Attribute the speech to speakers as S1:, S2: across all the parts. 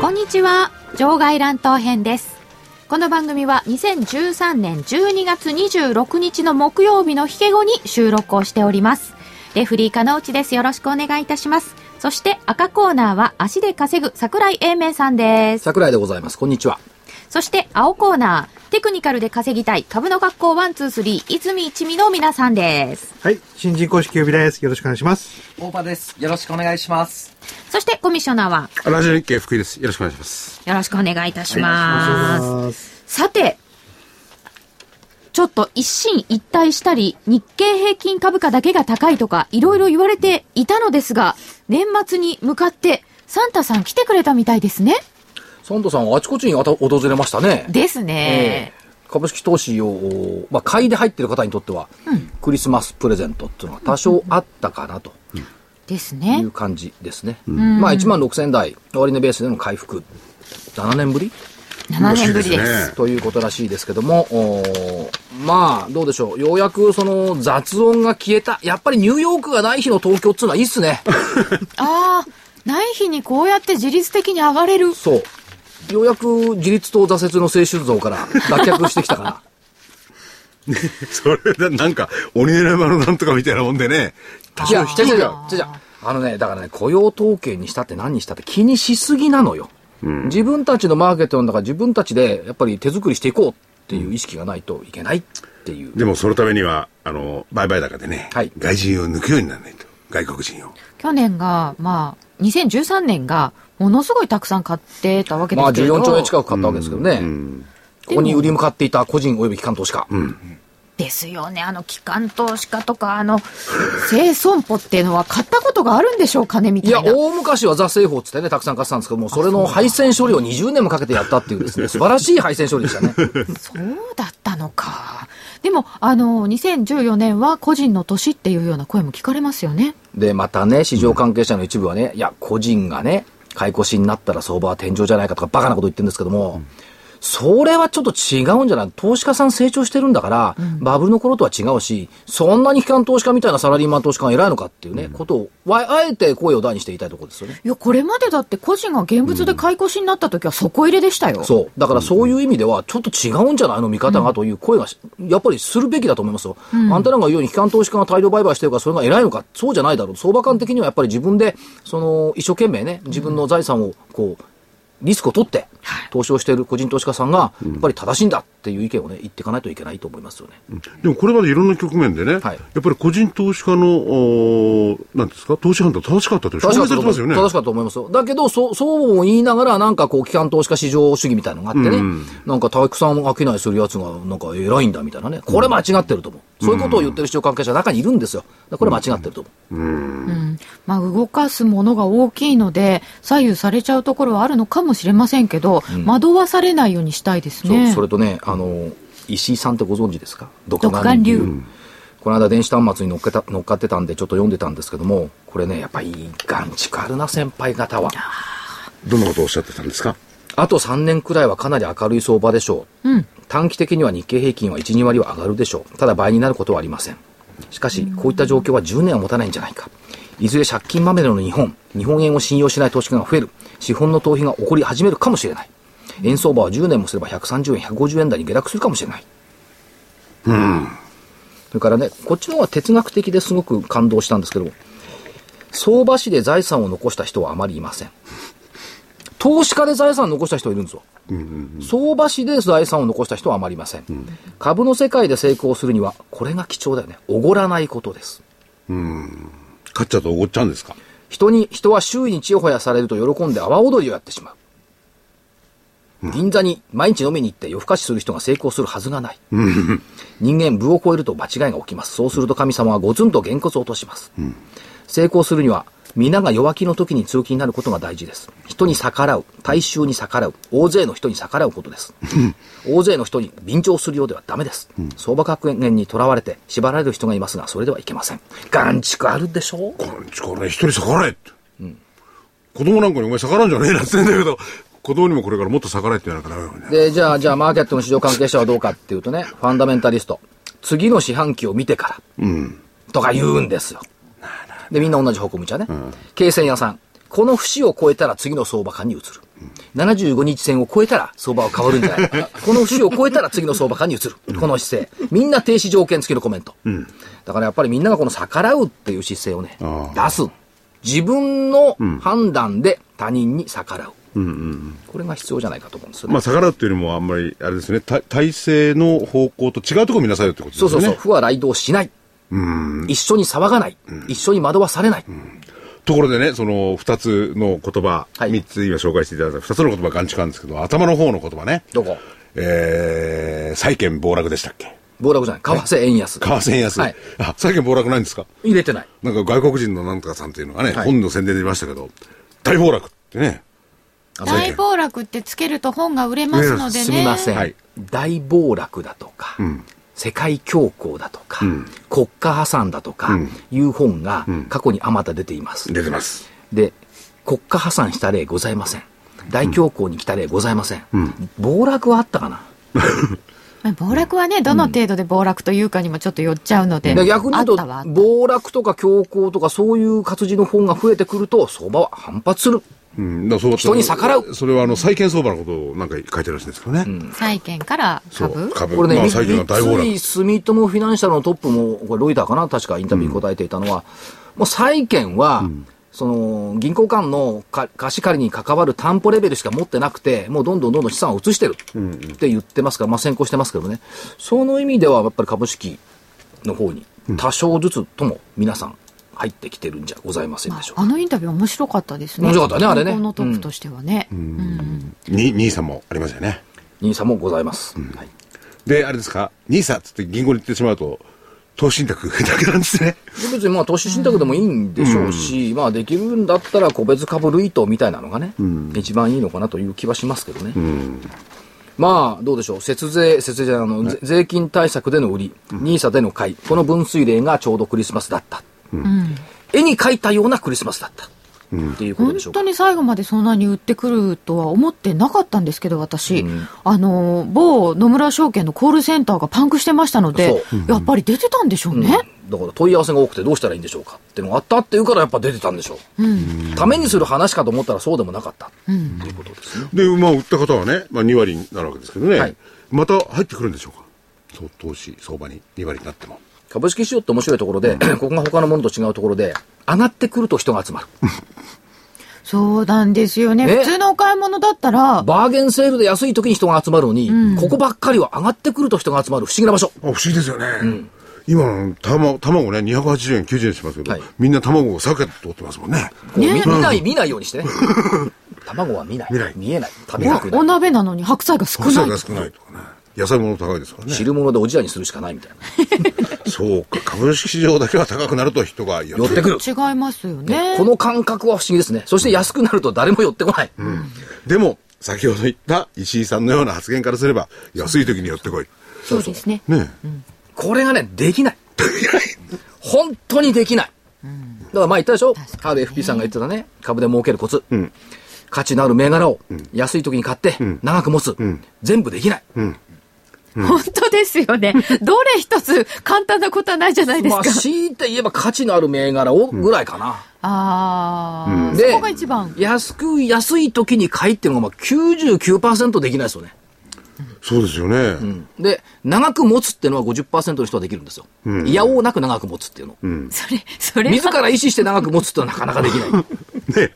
S1: こんにちは場外乱闘編ですこの番組は2013年12月26日の木曜日のヒゲ後に収録をしておりますレフリー金内ですよろしくお願いいたしますそして赤コーナーは足で稼ぐ桜井英明さんです
S2: 桜井でございますこんにちは
S1: そして青コーナーテクニカルで稼ぎたい株の学校123泉一味の皆さんです
S3: はい。新人公式予備です。よろしくお願いします。
S4: 大場です。よろしくお願いします。
S1: そしてコミッショナーは
S5: ラジオ日経福井です。よろしくお願いします。
S1: よろしくお願いいたします。さて、ちょっと一進一退したり、日経平均株価だけが高いとか、いろいろ言われていたのですが、年末に向かって、サンタさん来てくれたみたいですね。
S2: サンタさんはあちこちにあた訪れましたね
S1: ですね。
S2: 株式投資を、おまあ、買いで入ってる方にとっては、クリスマスプレゼントっていうのが多少あったかなと
S1: です
S2: い
S1: ね
S2: う。感じですね。まあ、1万6000台、終値ベースでの回復、7年ぶり
S1: 7年ぶりです。
S5: ね
S2: ということらしいですけども、おーまあ、どうでしょう。ようやく、その、雑音が消えた。やっぱりニューヨークがない日の東京っていうのはいいっすね。
S1: ああ、ない日にこうやって自律的に上がれる。
S2: そう。ようやく自立と挫折の青春像から脱却してきたから。
S5: それでなんか、鬼の山のなんとかみたいなもんでね、多
S2: いや、
S5: 少
S2: 違
S5: 引
S2: う違う違う
S5: き
S2: 違う
S5: が。
S2: あのね、だからね、雇用統計にしたって何にしたって気にしすぎなのよ。自分たちのマーケットなんだから自分たちでやっぱり手作りしていこうっていう意識がないといけないっていう。
S5: でもそのためには、あの、売買高でね、
S2: はい
S5: 外人を抜くようにならないと。外国人を。
S1: 去年が、まあ、2013年が、ものすごいたくさん買ってたわけで
S2: まあ
S1: すけれど
S2: 14兆円近く買ったわけですけどね。ここに売り向かっていた個人及び機関投資家。
S1: ですよね。あの、機関投資家とか、あの、生損保っていうのは買ったことがあるんでしょうかね、みた
S2: い
S1: い
S2: や、
S1: な。
S2: 大昔はザ・製法っつってね、たくさん買ってたんですけども、それの配線処理を20年もかけてやったっていう ですね、素晴らしい配線処理でしたね。
S1: そうだったのか。でも、あの、2014年は個人の年っていうような声も聞かれますよね。
S2: で、またね、市場関係者の一部はね、いや、個人がね、買い越しになったら相場は天井じゃないかとか、バカなこと言ってるんですけども、それはちょっと違うんじゃない投資家さん成長してるんだから、バブルの頃とは違うし、そんなに機関投資家みたいなサラリーマン投資家が偉いのかっていうね、ことを、わあえて声を大にして言いたいところですよね。
S1: いや、これまでだって個人が現物で買い越しになった時は底入れでしたよ。
S2: そう。だからそういう意味では、ちょっと違うんじゃないの見方がという声がし、やっぱりするべきだと思いますよ。あんたらが言うように、機関投資家が大量売買してるから、それが偉いのか、そうじゃないだろう。相場観的にはやっぱり自分で、その、一生懸命ね、自分の財産を、こう、リスクを取って、投資をしている個人投資家さんが、やっぱり正しいんだっていう意見をね、言っていかないといけないと思いますよね。
S5: でもこれまでいろんな局面でね、
S2: はい
S5: やっぱり個人投資家の、おーなんですか、投資判断正しかったという証
S2: 正しかっ
S5: 明
S2: たと思
S5: されてま
S2: いま
S5: す
S2: す
S5: よ
S2: よ
S5: ね。
S2: ね。正しかったと思いますよ。だけど、そう、そうも言いながら、なんかこう、機関投資家市場主義みたいなのがあってね、なんか体育さんを商いするやつが、なんか偉いんだみたいなね、これ間違ってると思う。そういうことを言ってる市場関係者の中にいるんですよ。だからこれ間違ってると思う。
S1: まあ、動かすものが大きいので、左右されちゃうところはあるのかもしれませんけど、惑わされないようにしたいです
S2: そう
S1: ね。
S2: それとね、あの、石井さんってご存知ですか独
S1: 独眼竜。
S2: この間電子端末に乗っけた乗っかってたんで、ちょっと読んでたんですけども、これね、やっぱいい眼力あるな、先輩方は。
S5: どんなことをおっしゃってたんですか
S2: あと3年くらいはかなり明るい相場でしょう。短期的には日経平均は1、2割は上がるでしょう。ただ倍になることはありません。しかし、こういった状況は10年は持たないんじゃないか。いずれ借金まみれの日本、日本円を信用しない投資家が増える、資本の逃避が起こり始めるかもしれない。円相場は10年もすれば130円、150円台に下落するかもしれない。それからね、こっちの方は哲学的ですごく感動したんですけど、相場師で財産を残した人はあまりいません。投資家で財産を残した人いるんですよ。相場師で財産を残した人はあまりいません。株の世界で成功するには、これが貴重だよね。おごらないことです。
S5: 勝っちゃうとおごっちゃうんですか
S2: 人に、人は周囲にちやほやされると喜んで阿波踊りをやってしまう。銀座に毎日飲みに行って夜更かしする人が成功するはずがない。人間、部を超えると間違いが起きます。そうすると神様はゴツンとげんこつを落とします。成功するには、皆が弱気の時に強気になることが大事です。人に逆らう、大衆に逆らう、大勢の人に逆らうことです。大勢の人に便乗するようではダメです。相場格言にとらわれて縛られる人がいますが、それではいけません。眼畜あるでしょう
S5: こんちこれ一人逆らえって。子供なんかにお前逆らうんじゃねえなって言うんだけど、子供にもこれからもっと逆らえって言わなきゃダメだもんね。
S2: で、じゃあ、じゃあ、マーケットの市場関係者はどうかっていうとね、ファンダメンタリスト、次の四半期を見てから、とか言うんですよ。で、みんな同じ方向向いちゃうね。経線屋さん、この節を超えたら次の相場感に移る。75日線を超えたら相場は変わるんじゃない か。この節を超えたら次の相場感に移る。この姿勢。みんな停止条件付きのコメント。だからやっぱりみんながこの逆らうっていう姿勢をね、出す。自分の判断で他人に逆らう。これが必要じゃないかと思うんですよね
S5: まあ逆らうっていうよりもあんまり、あれですね、た体制の方向と違うとこ見なさいよってことです
S2: そ
S5: ね。
S2: うそうそう、負は雷動しない。一緒に騒がない。一緒に惑わされない。
S5: ところでね、その二つの言葉、
S2: は
S5: 三
S2: い
S5: つ今紹介していただいた二つの言葉が眼中なんですけど、頭の方の言葉ね。
S2: どこ
S5: えー、債券暴落でしたっけ
S2: 暴落じゃない。為替円安。
S5: 為替円安。
S2: はい
S5: あ、債券暴落ないんですか
S2: 入れてない。
S5: なんか外国人のなんとかさんっていうのがね、
S2: はい
S5: 本の宣伝で出ましたけど、大暴落ってね。
S1: 大暴落ってつけると本が売れますのでね。
S2: すみません。
S5: はい
S2: 大暴落だとか、世界恐慌だとか、国家破産だとか、いう本が過去にあまた出ています。
S5: 出てます。
S2: で、国家破産した例ございません。大恐慌に来た例ございません。暴落はあったかな
S1: まあ暴落はね、どの程度で暴落というかにもちょっと寄っちゃうので。
S2: で逆に言うと
S1: あったわ、
S2: 暴落とか恐慌とかそういう活字の本が増えてくると、相場は反発する。
S5: うん、だからそう
S2: 人に逆らう
S5: それはあの債券相場のことをなんか書いてるらしいんですけどね。
S1: 債券から
S5: そう
S1: 株
S5: 株
S2: これね、
S5: まあ
S2: 三
S5: 債
S2: 井
S5: 券が大暴落。
S2: 住友フィナンシャルのトップも、これロイターかな、確かインタビューに答えていたのは、もう債券は、その銀行間のか貸し借りに関わる担保レベルしか持ってなくて、もうどんどんどんどん資産を移してるって言ってますから、まあ、先行してますけどね、その意味ではやっぱり株式の方に、多少ずつとも皆さん、入ってきてるんじゃございません
S1: まあ
S2: でしょうか
S1: あ。のインタビュー面白かったですね。
S2: 面白かったねあれね
S1: 日本のトップとしてはね。
S5: に、兄さんもありますよね。
S2: ニーサもございます。はい
S5: で、あれですか、兄さんっつって銀行に行ってしまうと、投資信託 だけなんですね。
S2: で別にまあ投資信託でもいいんでしょうし、まあできるんだったら個別株類とみたいなのがね、一番いいのかなという気はしますけどね。まあどうでしょう、節税、節税じゃないあの、ぜ税金対策での売り、ニーサでの買い、この分水嶺がちょうどクリスマスだった。絵に描いたようなクリスマスだった。っていうこと
S1: 本
S2: でしょうか
S1: 当。に最後までそんなに売ってくるとは思ってなかったんですけど、私、あの某野村証券のコールセンターがパンクしてましたので、やっぱり出てたんでしょうね。
S2: だから問い合わせが多くてどうしたらいいんでしょうかっていうのがあったっていうからやっぱ出てたんでしょう。ためにする話かと思ったらそうでもなかった。っていうことですね。
S5: で、まあ、売った方はね、まあ、2割になるわけですけどね、
S2: はい
S5: また入ってくるんでしょうか、そう投資、相場に2割になっても。
S2: 株式市場って面白いところで、 ここが他のものと違うところで、上がってくると人が集まる。
S1: そうなんですよね。
S2: ね
S1: 普通のお買い物だったら、
S2: バーゲンセールで安い時に人が集まるのに、ここばっかりは上がってくると人が集まる不思議な場所。
S5: あ不思議ですよね、今卵、卵ね、280円、90円しますけど、
S2: はい
S5: みんな卵を避けて取ってますもんね。
S2: こう見見ない、見ないようにしてね。卵は見ない。
S5: 見ない
S2: えない。食べなく
S1: お
S2: な
S1: お
S2: い。
S1: 鍋なのに白菜が少
S5: 個数
S1: ない
S5: が。少ないとかね。野菜物高いですからね。
S2: 汁物でおじやにするしかないみたいな。
S5: そうか、株式市場だけは高くなると人が寄って
S2: 寄ってくる。
S1: 違いますよね。
S2: この感覚は不思議ですね。そして安くなると誰も寄ってこない。
S5: でも、先ほど言った石井さんのような発言からすれば、安い時に寄ってこい。
S1: そうですね。
S5: ねえ
S2: これがね、できない。本当にできない。だから前言ったでしょ
S1: 確かにね
S2: ?RFP さんが言ってたね、株で儲けるコツ。価値のある銘柄を安い時に買って、長く持つ。全部できない。
S1: 本当ですよ ね。どれ一つ簡単なことはないじゃないです
S2: ま
S1: か
S2: あ、。強いて言えば価値のある銘柄をぐらいかな。
S1: ああ、そ
S2: で
S1: こが一番。
S2: 安く、安い時に買いっていうのがまあ99%できないですよね。
S5: そうですよね。
S2: で、長く持つっていうのは50%の人はできるんですよ。いやおうなく長く持つっていうの。
S1: それ、それは
S2: 自ら意思して長く持つってのはなかなかできない。
S5: ねえ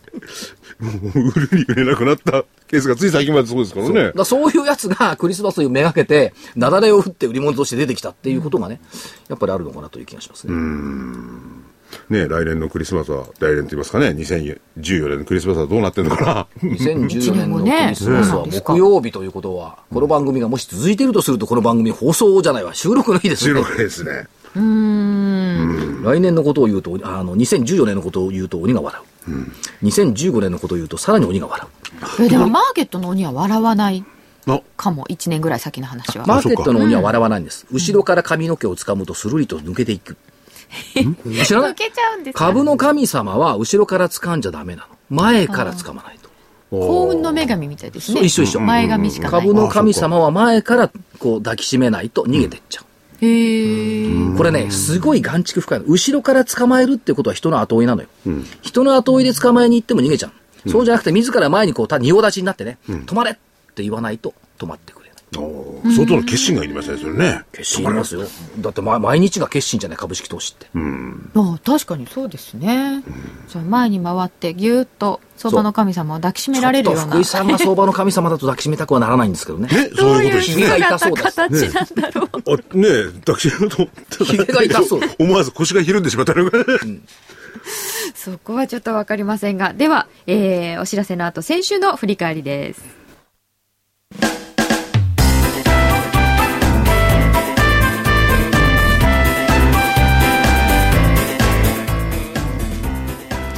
S5: もう売るに売れなくなったケースがつい最近までそうですから
S2: そうだ
S5: ね
S2: か。らそういうやつがクリスマスにめがけて、雪崩を打って売り物として出てきたっていうことがね、やっぱりあるのかなという気がしますね。
S5: ねえ来年のクリスマスは、来年と言いますかね、2014年のクリスマスはどうなってんのかな。
S2: 2014年の
S1: う
S2: ク
S1: ん
S2: リスマスは
S1: ねうん
S2: 木曜日ということは、この番組がもし続いているとすると、この番組放送じゃないわ、収録の日です
S5: 収
S2: よね。
S5: 録ですね。
S2: 来年のことを言うと、あの、2014年のことを言うと鬼が笑う。 2015年のことを言うとさらに鬼が笑う
S1: えでもマーケットの鬼は笑わない
S5: あ、
S1: かも1年ぐらい先の話は
S2: マーケットの鬼は笑わないんです、後ろから髪の毛を掴むとスルリと抜けていく、知らない
S1: 抜けちゃうんですか
S2: 株の神様は後ろから掴んじゃダメなの前から掴まないと
S1: 幸運の女神みたいですね
S2: そう一緒一緒
S1: 前髪しかない
S2: 株の神様は前からこう抱きしめないと逃げてっちゃう、
S1: へー
S2: これね、すごい眼蓄深いの。後ろから捕まえるってことは人の後追いなのよ。人の後追いで捕まえに行っても逃げちゃう。そうじゃなくて、自ら前にこう、た仁王立ちになってね、止まれって言わないと止まってくれない。
S5: おー相当の決心がいりますね、それね。
S2: 決心いりますよ。だって、ま、毎日が決心じゃない、株式投資って。
S1: ああ確かにそうですね、じゃあ前に回ってぎゅーっと相場の神様を抱きしめられるよう
S2: ちょっと
S1: な
S2: 福井さんが相場の神様だと抱きしめたくはならないんですけどね。
S5: ね、そういうことです
S2: ひげ
S5: ね。
S2: が痛そうだし。
S1: 姿形なんだろう、
S5: あ、ねえ、抱きしめようと思ったら
S2: ひげが痛そう。
S5: 思わず腰がひるんでしまったのが。
S1: そこはちょっとわかりませんがでは、えーお知らせの後先週の振り返りです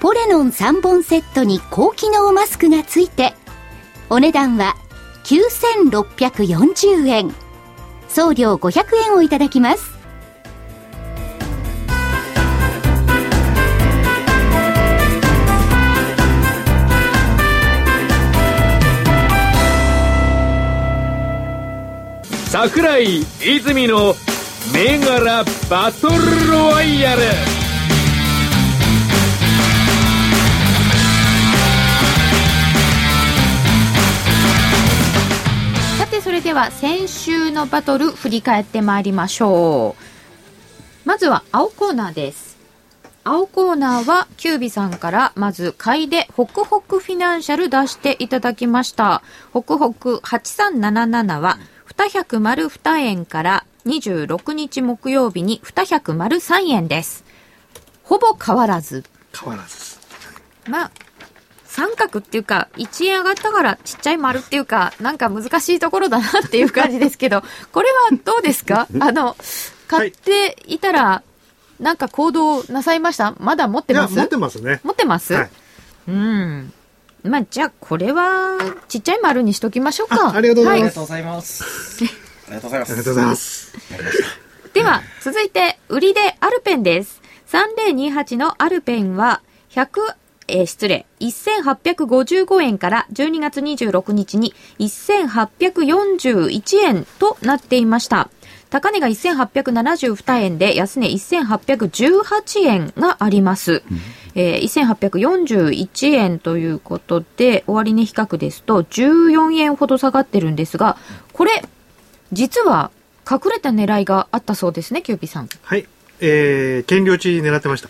S6: ポレノン3本セットに高機能マスクがついてお値段は9640円送料500円をいただきます
S7: 桜井泉の銘柄バトルロワイヤル
S1: さてそれでは先週のバトル振り返ってまいりましょうまずは青コーナーです青コーナーはキュービさんからまず買いでホクホクフィナンシャル出していただきましたホクホク8377は2 0 0丸2円から26日木曜日に2 0 0丸3円ですほぼ変わらず
S3: 変わらず。
S1: まあ、三角っていうか、1円上がったからちっちゃい丸っていうか、なんか難しいところだなっていう感じですけど、 これはどうです かあの、買っていたら、なんか行動なさいましたまだ持っ
S3: い
S1: て
S3: や、
S1: ます
S3: 持ってますね。
S1: 持ってます、
S3: はい。
S1: うん。まあ、じゃあ、これは、ちっちゃい丸にしときましょうか。
S3: あありがとうございま
S4: ありが
S3: す
S4: とうございます。ありがとうございま
S3: ありが
S4: す
S3: とう。ございます。
S1: では、続いて、売りでアルペンです。3028のアルペンは、100、えー失礼、1855円から12月26日に1841円となっていました。高値が1872円で、安値1818円があります。えー1841円ということで、終値比較ですと14円ほど下がってるんですが、これ、実は隠れた狙いがあったそうですね、キューピーさん。
S3: はい。えー、権領地狙ってました。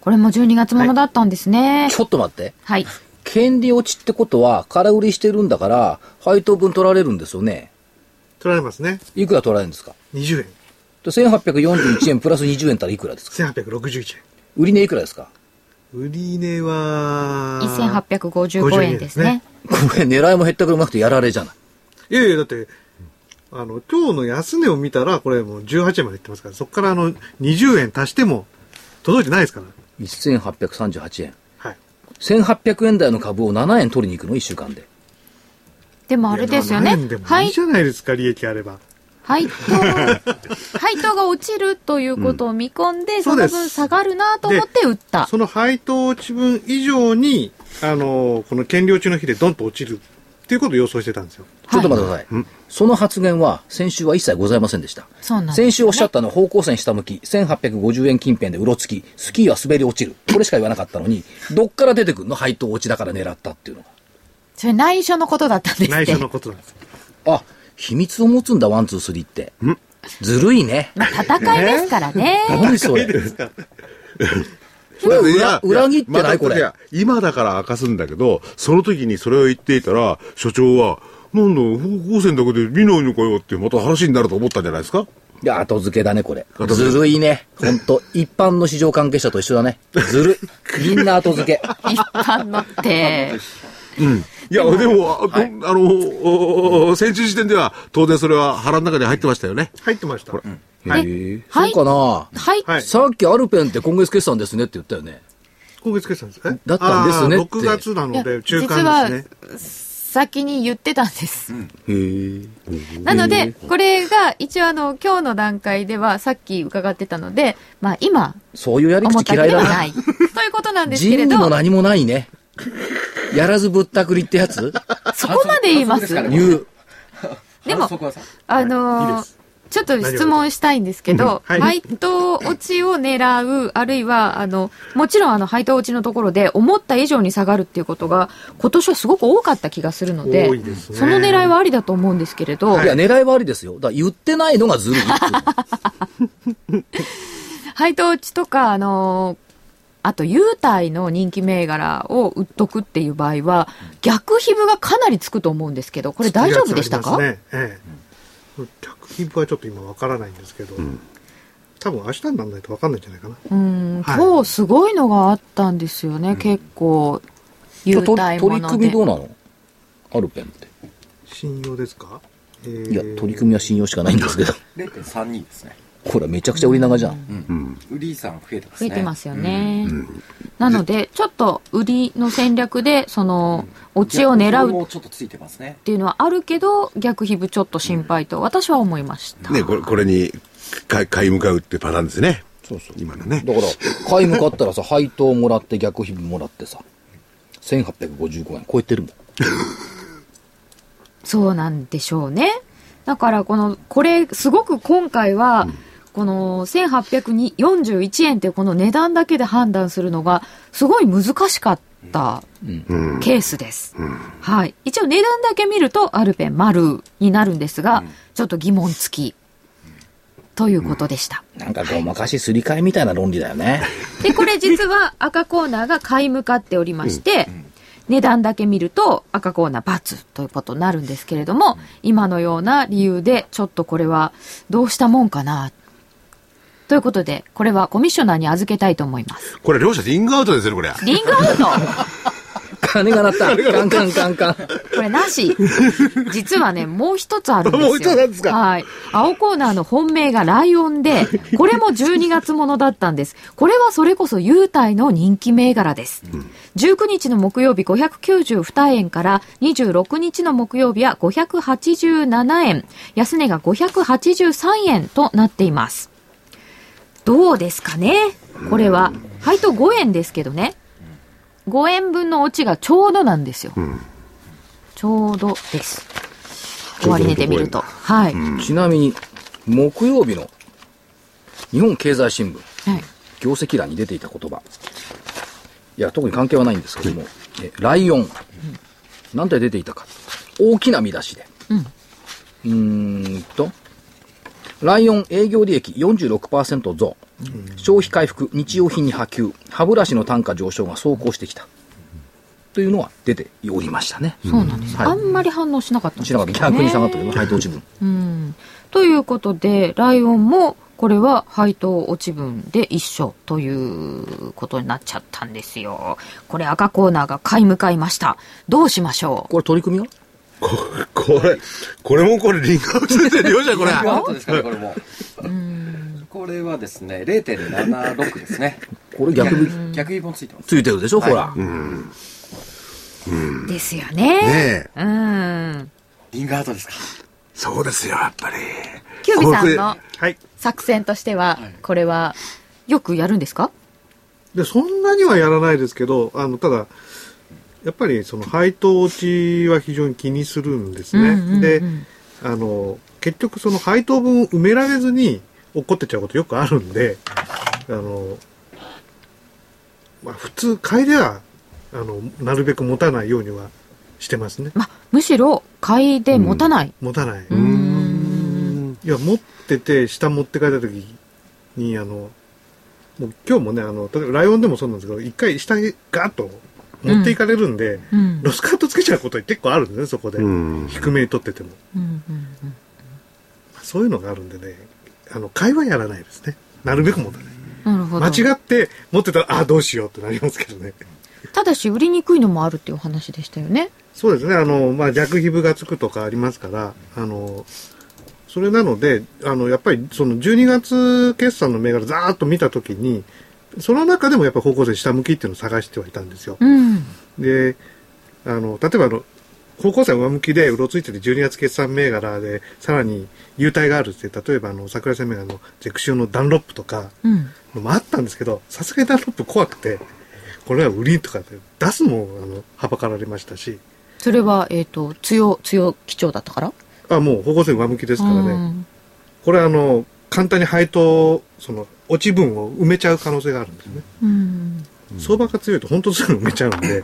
S1: これも12月ものだったんですね。
S2: ちょっと待って。
S1: はい。
S2: 権利落ちってことは、空売りしてるんだから、配当分取られるんですよね。
S3: 取られますね。
S2: いくら取られるんですか
S3: 20円。
S2: で1841円プラス20円ったらいくらですか
S3: 1861円。
S2: 売り値いくらですか
S3: 売り値は、
S1: 1855円ですね。
S2: これ狙いも減ったくれもなくてやられじゃない。
S3: いやいや、だって、あの、今日の安値を見たら、これもう18円までいってますから、そこからあの、20円足しても、届いてないですから。
S2: 1838円。
S3: はい。
S2: 1800円台の株を7円取りに行くの ?1 週間で。
S1: でもあれですよね
S3: いや7円で。も
S1: はい
S3: い
S1: い
S3: じ。ゃないですか、利益あれば。
S1: 配当、 配当が落ちるということを見込んで、
S3: そ
S1: そう
S3: で
S1: の
S3: す
S1: 分下がるなと思って売った。
S3: その配当値分以上に、あの、この減量中の日でドンと落ちるっていうことを予想してたんですよ。
S2: ちょっと待ってください。その発言は、先週は一切ございませんでした。
S1: そうなんですね
S2: 先週おっしゃったのは方向線下向き、1850円近辺でうろつき、スキーは滑り落ちる。これしか言わなかったのに、どっから出てくるの配当落ちだから狙ったっていうの
S1: それ内緒のことだったんですね
S3: 内緒のことなんです。
S2: が。あ、秘密を持つんだ、ワン、ツー、スリーって。ずるいね。
S1: まあ戦いですからね。
S2: 何それ。これ
S5: い
S2: 裏
S5: や
S2: 裏切って
S5: ま
S2: な
S5: た
S2: いこ
S5: い
S2: れ
S5: や。今だから明かすんだけど、その時にそれを言っていたら、所長は、なんだ、方向線だけで見ないのかよって、また話になると思ったんじゃないですか
S2: いや、後付けだね、これ
S5: 後。付け
S2: ずるいね。ほんと、一般の市場関係者と一緒だね。ずる い。みんな後付け。
S1: 一般のって。
S5: いや、でも、あどあのお、お先週時点では、当然それは腹の中に入ってましたよね。
S3: 入ってました。
S2: へえ。そ
S1: は
S2: う
S1: い
S2: かな。
S1: はい。
S3: はい。
S2: さっきアルペンって今月決算ですねって言ったよね。
S3: 今月決算ですね。
S2: だったんですね
S3: あー
S2: って
S3: 6月ない
S1: や
S3: ので、中
S1: 実
S3: 間です
S1: は
S3: ね。
S1: 先に言ってたんです。
S2: へえ。
S1: なので、これが一応あの、今日の段階ではさっき伺ってたので、まあ今、
S2: そういうやり
S1: 思っ
S2: 口
S1: た
S2: 嫌
S1: け
S2: い
S1: では
S2: だ
S1: な
S2: な。
S1: い。ということなんです
S2: 人
S1: けれ
S2: に
S1: ど、
S2: も何もないね。やらずぶったくりってやつ
S1: そこまで言います
S2: 言う。
S1: でも
S4: そこはさ
S1: あのー
S3: いいで
S1: ちょっと質問したいんですけど、
S3: 大丈夫
S1: 配当落ちを狙う、あるいは、あの、もちろんあの、配当落ちのところで、思った以上に下がるっていうことが、今年はすごく多かった気がするので、
S3: 多いですね
S1: その狙いはありだと思うんですけれど、
S2: いや、狙いはありですよ。だから言ってないのがずるい っていう。
S1: 配当落ちとか、あのーあと、優待の人気銘柄を売っとくっていう場合は、逆皮膚がかなりつくと思うんですけど、これ大丈夫でしたか、
S3: ついやつありますねええ。客品はちょっと今わからないんですけど、多分明日にならないとわかんないんじゃないかな。
S1: うん、
S3: はい
S1: 今日すごいのがあったんですよね、結構。優
S2: と
S1: 待
S2: 取
S1: も
S2: り
S1: の
S2: 組み
S1: で
S2: ど。うなのアルペンって。
S3: 信用ですかえー
S2: いや、取り組みは信用しかないんですけど。
S4: 0.32ですね。
S2: ほら、めちゃくちゃ売り長じゃん。
S4: 売りさん増えてます
S1: 増
S4: ね。
S1: えてますよね。なので、ちょっと売りの戦略で、その、オチを狙
S4: 逆に
S1: うっ
S4: もちょっとついてますね。
S1: ていうのはあるけど、逆皮膚ちょっと心配と私は思いました。
S5: ね、これ、これに、か買い向かうってパターンですね。
S2: そうそう。
S5: 今のね。
S2: だから、買い向かったらさ、配当もらって逆費分もらってさ、1855円超えてるもん。
S1: そうなんでしょうね。だから、この、これ、すごく今回は、この1841円っていうこの値段だけで判断するのがすごい難しかったケースです。はい。一応値段だけ見るとアルペン丸になるんですが、ちょっと疑問付きということでした。
S2: なんかごまかしすり替えみたいな論理だよね。
S1: で、これ実は赤コーナーが買い向かっておりまして、値段だけ見ると赤コーナー×ということになるんですけれども、今のような理由でちょっとこれはどうしたもんかな。ということで、これはコミッショナーに預けたいと思います。
S5: これ、両者リングアウトですね、これ。
S1: リングアウト
S2: 金が鳴った。カンカンカンカン。
S1: これなし。実はね、もう一つあるんですよ。
S5: もう一つあるんですか
S1: はい。青コーナーの本命がライオンで、これも12月ものだったんです。これはそれこそ優待の人気銘柄です。19日の木曜日592円から、26日の木曜日は587円、安値が583円となっています。どうですかねこれは、配当5円ですけどね。5円分のオチがちょうどなんですよ。ちょうどです。終値で見ると。はい。
S2: ちなみに、木曜日の日本経済新聞、
S1: はい
S2: 業績欄に出ていた言葉。いや、特に関係はないんですけども、えライオン。なんて出ていたか。大きな見出しで。うーんと、ライオン営業利益46%増。消費回復、日用品に波及、歯ブラシの単価上昇が走行してきた。というのは出ておりましたね。
S1: そうなんです。
S2: はい
S1: あんまり反応しなかったんです
S2: しな
S1: よ
S2: かった。逆に下がったけど、配当値分。
S1: うん。ということで、ライオンも、これは配当落ち分で一緒ということになっちゃったんですよ。これ赤コーナーが買い向かいました。どうしましょう
S2: これ取り組みは
S5: ここれ、これもこれリングアウトですね、両者これ。
S4: リングアウトですから、これも。これはですね、0.76ですね。
S2: これ逆に
S4: 逆一本ついてます。
S2: ついてるでしょ、
S4: はい
S2: ほら。
S1: ですよね。
S5: ねえ。
S1: うん。
S4: リングアウトですか。
S5: そうですよ、やっぱり。
S1: キュービさんの
S3: はい。
S1: 作戦としては、これは、よくやるんですか
S3: で、そんなにはやらないですけど、あの、ただ、やっぱりその配当落ちは非常に気にするんですね。
S1: うんうんうん
S3: で、あの、結局その配当分を埋められずに怒ってっちゃうことよくあるんで、あの、まあ普通、買いでは、あの、なるべく持たないようにはしてますね。
S1: まあ、むしろ買いで持たない、
S3: 持たない。
S1: うー
S5: うん。
S3: いや、持ってて、下持って帰った時に、あの、もう今日もね、あの、例えばライオンでもそうなんですけど、一回下にガーッと持っていかれるんで、
S1: うん
S3: ロスカットつけちゃうこと結構あるんですね、そこで。
S5: うん
S3: 低めに取ってても。
S1: うんうんうん
S3: そういうのがあるんでね、あの、会話やらないですね。なるべく持たない。
S1: なるほど
S3: 間違って持ってたら、ああ、どうしようってなりますけどね。
S1: ただし売りにくいのもあるっていうお話でしたよね
S3: そうですね、あの、まあ、弱皮膚がつくとかありますから、あの、それなので、あの、やっぱりその12月決算の銘柄ざーっと見たときに、その中でもやっぱり方向性下向きっていうのを探してはいたんですよ。
S1: うん
S3: で、あの、例えばあの、方向性上向きでうろついてて12月決算銘柄で、さらに優待があるって、例えばあの、桜井生命のゼクシオのダンロップとか、
S1: うん
S3: のもあったんですけど、さすがにダンロップ怖くて、これは売りとかで出すのも、あの、はばかられましたし、
S1: それはえっ、と強強基調だったから
S3: あ、もう方向性上向きですからね。
S1: うん
S3: これはあの、簡単に配当、その、落ち分を埋めちゃう可能性があるんですね。
S1: うん
S3: 相場が強いと本当すぐ埋めちゃうんで、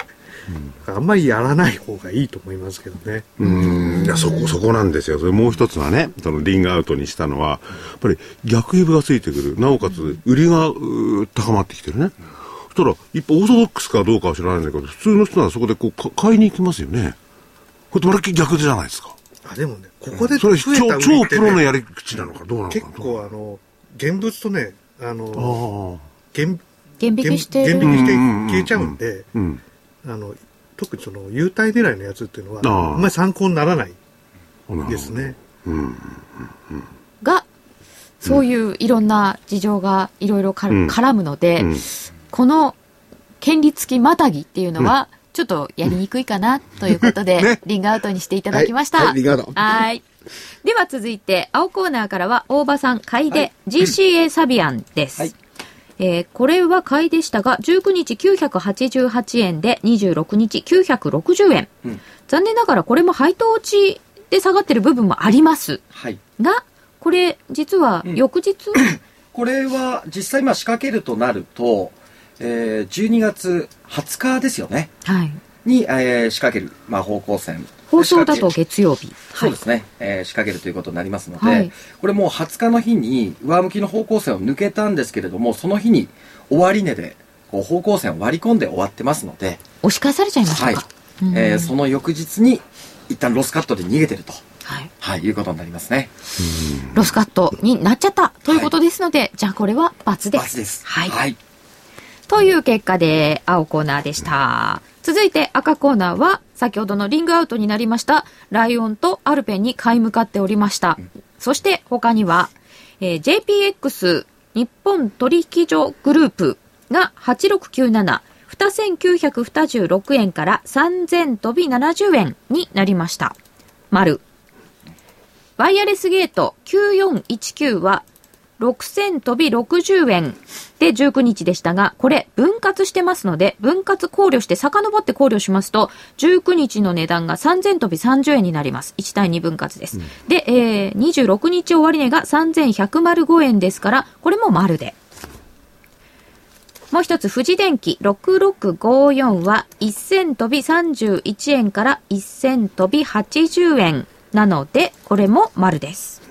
S3: あんまりやらない方がいいと思いますけどね。
S5: うんいやそこそこなんですよ、それもう一つはね、そのリングアウトにしたのは、やっぱり逆ヘブがついてくる、なおかつ売りがうー高まってきてるね、そしたら、一方、オーソドックスかどうかは知らないんだけど、普通の人ならそこでこうか買いに行きますよね、これってまるっきり逆じゃないですか、
S3: あ、でもね、ここで
S5: そ
S3: 増
S5: れ
S3: えた
S5: 超、
S3: 売りっ
S5: 超プ
S3: て
S5: ロの
S3: ね、
S5: やり口なのか、どうなのか、
S3: 結構あの、現物とね、あの、
S5: 構、あ
S3: 現
S1: 減
S3: 現
S1: 引してる
S3: 現引して
S5: うんうんうんうん
S3: 消えちゃうんで、
S5: あ、うん、
S3: あの、特にその、優待狙いのやつっていうのは、
S5: ああ
S3: あんまり参考にならない
S5: あなるほ
S3: で
S5: ど
S3: すね。
S1: がそういういろんな事情がいろいろか
S5: うん
S1: 絡むので、
S5: うん
S1: この権利付きまたぎっていうのは、ちょっとやりにくいかなということで、リングアウトにしていただきました。
S8: はいはいリングアウト
S1: はいでは続いて、青コーナーからは、大場さん、買いで、GCA サビアンです。
S8: はい
S1: えーこれは買いでしたが、19日988円で、26日960円。
S8: うん
S1: 残念ながら、これも配当落ちで下がってる部分もあります。
S8: はい。
S1: が、これ、実は
S8: うん
S1: 翌 日、
S8: これは実際まあ仕掛けるとなると、えー、12月20日ですよね。
S1: はい、
S8: に、えー仕掛ける、まあ、方向線。
S1: 放送だと
S8: 仕掛け
S1: 月曜日。
S8: そうですね、えー仕掛けるということになりますので、
S1: はい
S8: これもう20日の日に上向きの方向線を抜けたんですけれども、その日に終値でこう方向線を割り込んで終わってますので、
S1: 押し返されちゃいましたか。
S8: はい
S1: うん
S8: えーその翌日に一旦ロスカットで逃げてると、
S1: はい
S8: はい、いうことになりますね。
S1: ロスカットになっちゃったということですので、じゃあこれは×です。
S8: 罰です。
S1: はい。
S8: はい。
S1: という結果で、青コーナーでした。続いて赤コーナーは、先ほどのリングアウトになりました、ライオンとアルペンに買い向かっておりました。そして他には、えー JPX 日本取引所グループが8697、2926円から3000飛び70円になりました。丸。ワイヤレスゲート9419は6000飛び60円で19日でしたが、これ分割してますので、分割考慮して遡って考慮しますと、19日の値段が3000飛び30円になります。1対2分割です。で、えー、26日終値が3105円ですから、これも丸で。もう一つ、富士電機6654は1000飛び31円から1000飛び80円なので、これも丸です。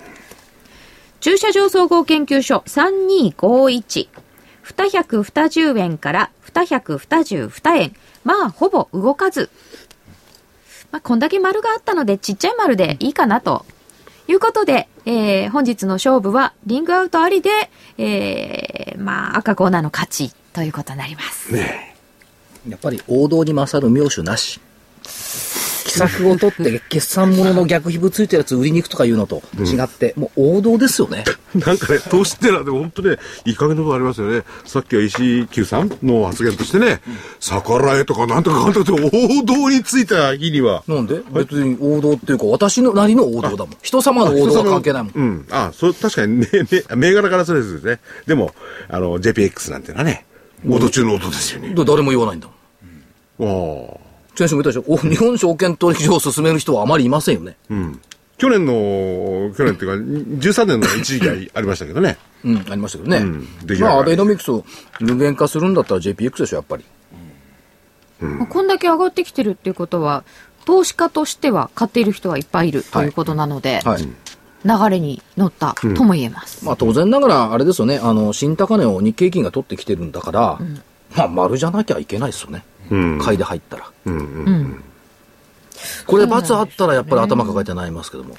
S1: 駐車場総合研究所3251。220円から222円。まあ、ほぼ動かず。まあ、こんだけ丸があったので、ちっちゃい丸でいいかなと。いうことで、えー本日の勝負は、リングアウトありで、えーまあ、赤コーナーの勝ちということになります。
S2: やっぱり王道に勝る妙手なし。奇策を取って決算ものの逆皮膚ついてるやつ売りに行くとかいうのと違って、もう王道ですよね。
S5: なんかね、投資ってのはね、本当ね、いい加減な部分ありますよね。さっきは石井久さんの発言としてね、逆らえとかなんとかかんとかって王道についた日には。
S2: なんで別に王道っていうか、私のなりの王道だもん。人様の王道は関係ないもん。
S5: うん。あ、そう、確かにね、ね、銘柄からそれですよね。でも、あの、JPX なんてのはね、王道中の王道ですよね。
S2: だ誰も言わないんだもん。
S5: ああ。
S2: 先週も言ったでしょ、お日本証券取引所を進める人はあまりいませんよね。
S5: うん。去年の、去年っていうか、13年の一時期ありましたけどね。
S2: うん、ありましたけどね。
S5: うんできない
S2: まあ、アベノミクスを無限化するんだったら JPX でしょ、やっぱり。
S1: まあこんだけ上がってきてるっていうことは投資家としては買っている人はいっぱいいるということなので、
S2: はい。
S1: 流れに乗ったとも言えます、
S2: まあ、当然ながら、あれですよね、あの、新高値を日経金が取ってきてるんだから、まあ、丸じゃなきゃいけないですよね。
S5: うん。
S2: 買いで入ったら。
S5: うんうん。
S1: うん、
S2: これ、罰あったらやっぱり頭抱えて悩みますけども。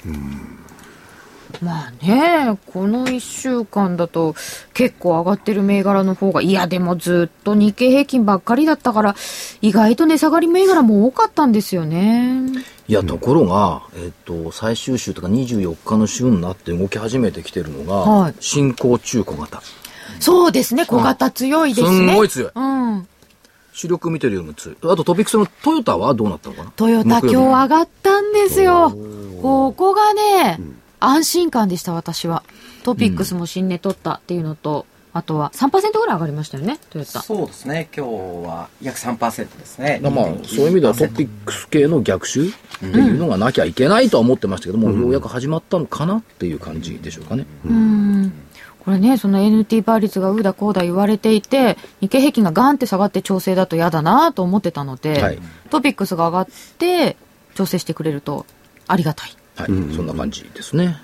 S1: まあねこの1週間だと結構上がってる銘柄の方がいやでもずっと日経平均ばっかりだったから意外と値下がり銘柄も多かったんですよね
S2: いや、ところが、えっと、最終週とか24日の週になって動き始めてきてるのが、
S1: はい
S2: 新興中小型。
S1: そうですね小型強いですね、
S2: すんごい強い
S1: うん
S2: 主力見てるよりも強い。あとトピックスのトヨタはどうなったのかな
S1: トヨタ今
S2: 木
S1: 日
S2: 曜日
S1: 上がったんですよ。ここがね、安心感でした、私は。トピックスも新値取ったっていうのと、あとは3%ぐらい上がりましたよね、トヨタ。
S4: そうですね、今日は約3%ですね。
S2: まあ、そういう意味ではトピックス系の逆襲っていうのがなきゃいけないとは思ってましたけども、ようやく始まったのかなっていう感じでしょうかね。
S1: うんこれね、その NT 倍率がうだこうだ言われていて、日経平均がガンって下がって調整だと嫌だなと思ってたので、
S2: はい
S1: トピックスが上がって調整してくれるとありがたい。
S2: はい、そんな感じですね。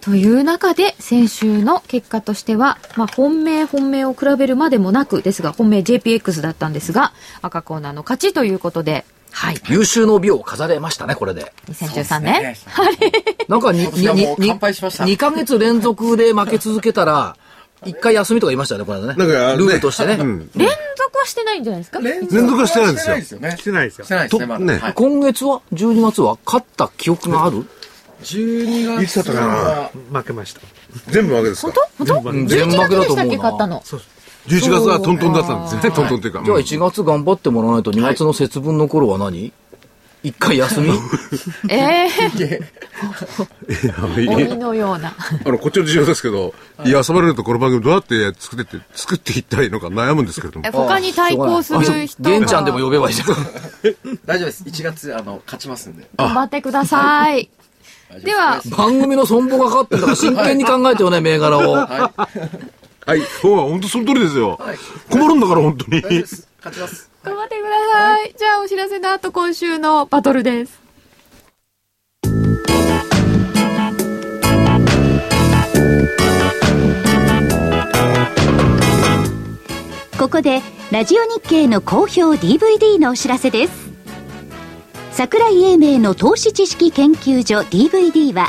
S1: という中で先週の結果としては、まあ、本命本命を比べるまでもなくですが本命 JPX だったんですが赤コーナーの勝ちということで、はい、
S2: 優秀の美を飾れましたね、これで。
S1: 2013年、
S2: なんかに、
S4: いやもう乾杯しました
S2: 2ヶ月連続で負け続けた ら、1回休みとか言いましたよね、これね。
S5: なんか、
S2: ルールとしてね。
S5: うん。
S1: 連続はしてないんじゃないですか
S4: 連
S5: 連続はしてないんですよ
S4: してないです
S3: してないですよ。
S4: よね。してないですね、まだ。
S5: ね
S4: はい、
S2: 今月は、12月は勝った記憶がある
S4: 12
S5: いつだった
S4: 月
S5: かな
S4: は
S3: 負けました。
S5: 全部負けですか
S1: 本当本当
S2: うん全負
S1: 11
S2: け
S1: 月
S2: だと
S1: でし
S2: 思
S1: た
S2: う
S1: っ
S2: な
S1: け勝ったの
S5: 11月はトントンだったんですよね。トントンっていうか。
S2: じゃあ
S5: うん
S2: 1月頑張ってもらわないと2月の節分の頃は何、一 ?1 回休み
S1: ええ
S5: いやいや
S1: 鬼のような
S5: あの、こっちの事情ですけど、いや、遊ばれるとこの番組どうやって作ってって、作っていったらいいのか悩むんですけれども。
S1: 他に対抗する人が
S2: 玄ちゃんでも呼べばいいじゃん。
S4: 大丈夫です。1月、あの、勝ちますんで。
S1: 頑張ってくださ いでは
S2: 番組の存亡がかかってるから真剣に考えてよね、銘柄を。
S5: はい。ほら、本当その通りですよ。困るんだから、本当に。
S4: 大丈夫です。勝ちます。
S1: 頑張ってくださいじゃあお知らせの後今週のバトルです
S6: ここでラジオ日経の好評 DVD のお知らせです桜井英明の投資知識研究所 DVD は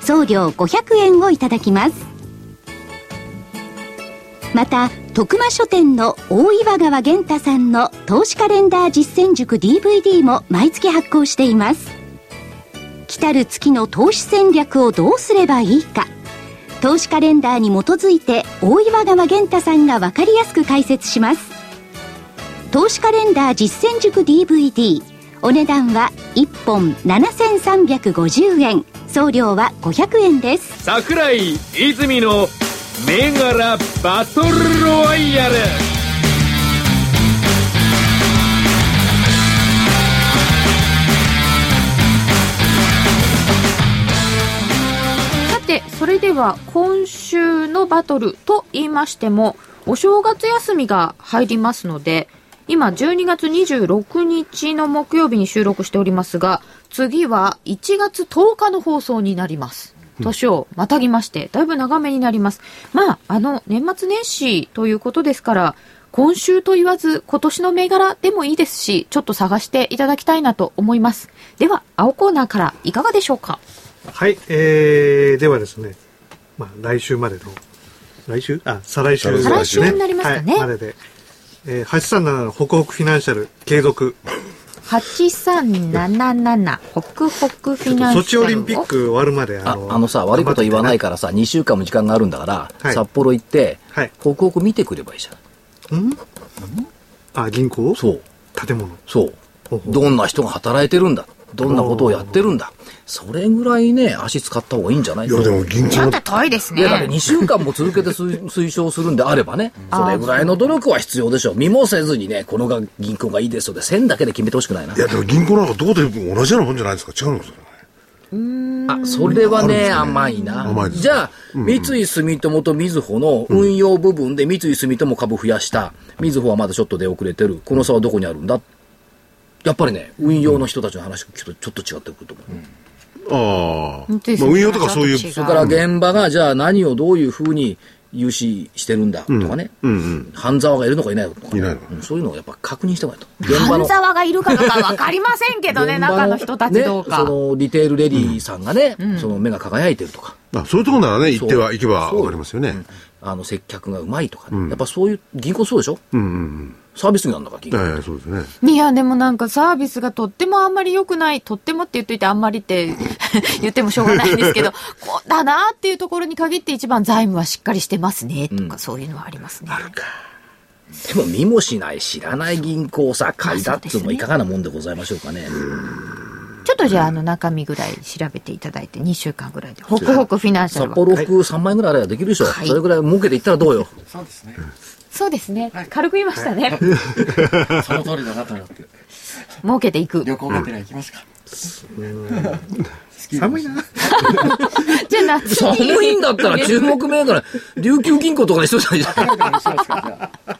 S6: 送料500円をいただきますまた徳間書店の大岩川源太さんの投資カレンダー実践塾 DVD も毎月発行しています来たる月の投資戦略をどうすればいいか投資カレンダーに基づいて大岩川源太さんが分かりやすく解説します投資カレンダー実践塾 DVD お値段は1本7350円送料は500円です
S7: 桜井泉の銘柄バトルロワイヤル
S1: さてそれでは今週のバトルと言いましてもお正月休みが入りますので今12月26日の木曜日に収録しておりますが次は1月10日の放送になります年をまたぎましてだいぶ長めになりますまああの年末年始ということですから今週と言わず今年の銘柄でもいいですしちょっと探していただきたいなと思いますでは青コーナーからいかがでしょうか
S3: はい、えー、ではですね、まあ、来週までの、来週あ、再来週ですね。
S5: 再来週
S1: になりますかね
S3: はい、までで。えー、837のホクホクフィナンシャル継続。
S1: 8377ホクホクフィナンシャルを
S3: ソチオリンピック終わるまであ
S2: あ
S3: の
S2: あのさ、悪いこと言わない
S3: か
S2: からさ、2週間も時間があるんだから、
S3: はい
S2: 札幌行って、
S3: はい
S2: ホクホク見てくればいいじゃん。
S3: あ銀行
S2: そう。
S3: 建物
S2: そう
S3: ほうほ。う
S2: どんな人が働いてるんだ。どんなことをやってるんだ。それぐらいね、足使った方がいいんじゃない
S5: いや、でも銀
S1: ちょっ
S5: 行
S1: と遠いです
S2: い
S1: ね
S2: や、だって2週間も続けて推 推奨するんであればね、それぐらいの努力は必要でしょう。見もせずにね、このが銀行がいいですよで、線だけで決めてほしくないな。
S5: いや、でも銀行なんかどこでも同じようなもんじゃないですか。違うのかそれは
S2: あ、
S5: ね
S2: それはね、甘いな。
S5: 甘いです
S2: じゃあ、三井住友とみずほの運用部分で三井住友株増やした。みずほはまだちょっと出遅れてる。この差はどこにあるんだやっぱりね、運用の人たちの話聞くとちょっと違ってくると思う。
S5: ああ。
S1: 本当です
S5: ま
S1: ね
S5: あ、運用とかそういう。
S1: ち
S2: そ
S1: ょっ
S2: れ
S1: と
S2: か
S1: 違う
S2: ら現場が、じゃあ何をどういうふうに融資してるんだとかね。
S5: うんうん。
S2: 半沢がいるのかいないのか。
S5: いないの
S2: うんそういうのをやっぱ確認してもらえと。現場の
S1: 半。沢がいるかどうか分かりませんけどね中の人たちどうか、
S2: ね、そのリテールレディーさんがね、その目が輝いてるとか。
S5: あそういうとこならね、行
S2: そう
S5: っては行けばわかりますよね。
S2: あの接客がうまいとかね、やっぱそういう銀行そうでしょ、サービス業なんだから銀行、
S5: ええ、そうですね。
S1: いや、でもなんかサービスがとってもあんまり良くない、とってもって言っといてあんまりって 言ってもしょうがないんですけど、こうだなっていうところに限って一番財務はしっかりしてますね、とかそういうのはありますね。
S2: でも見もしない知らない銀行をさ借りたっつうのもいかがなもんでございましょうかね、
S1: ちょっとじゃあ、あの中身ぐらい調べていただいて2週間ぐらいで、ホクホクフィナンシャ
S2: 札
S1: ルは。
S2: 幌服3枚ぐらいあればできるでしょ、
S1: はい
S2: それぐらい儲けていったらどうよ
S8: そうですね。
S1: そうですね。軽く言いましたね。
S8: その通りだなと思って。
S1: 儲けていく。
S8: 旅行がてら行きますか。
S3: 寒いな
S1: じゃあ夏
S2: 寒
S1: に。
S2: いんだったら注目銘柄琉球銀行とかにしといたらいいじゃん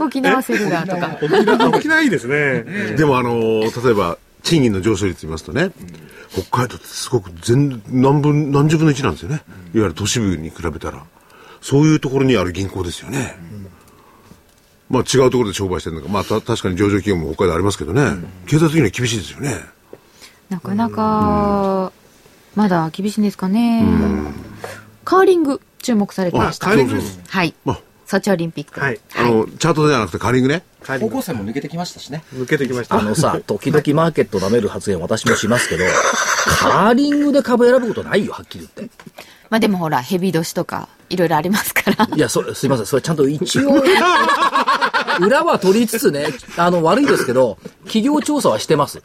S1: 沖縄セルラーとか。
S3: 沖縄沖縄いいですね
S5: でもあのー例えば賃金の上昇率見ますとね、北海道ってすごく全何分何十分の1なんですよね、いわゆる都市部に比べたらそういうところにある銀行ですよね、まあ違うところで商売してるのかまあた確かに上場企業も北海道ありますけどね、経済的には厳しいですよね
S1: なかなか、まだ厳しいんですかね。カーリング、注目されてま
S5: あ
S1: した
S5: カ。ーリングです
S1: はい。
S5: ま
S1: ソチオリンピック。
S3: はい
S5: ああのチャートではなくてカーリングね
S3: 帰り
S8: 高校生も抜けてきましたしね。
S3: 抜けてきました
S2: あのさ時々マーケット舐める発言私もしますけどカーリングで株選ぶことないよはっきり言って
S1: まあでもほら、ヘビ年とか、いろいろありますから。
S2: いやそすいませんそれちゃんと一応裏は取りつつね、あの、悪いですけど、企業調査はしてます。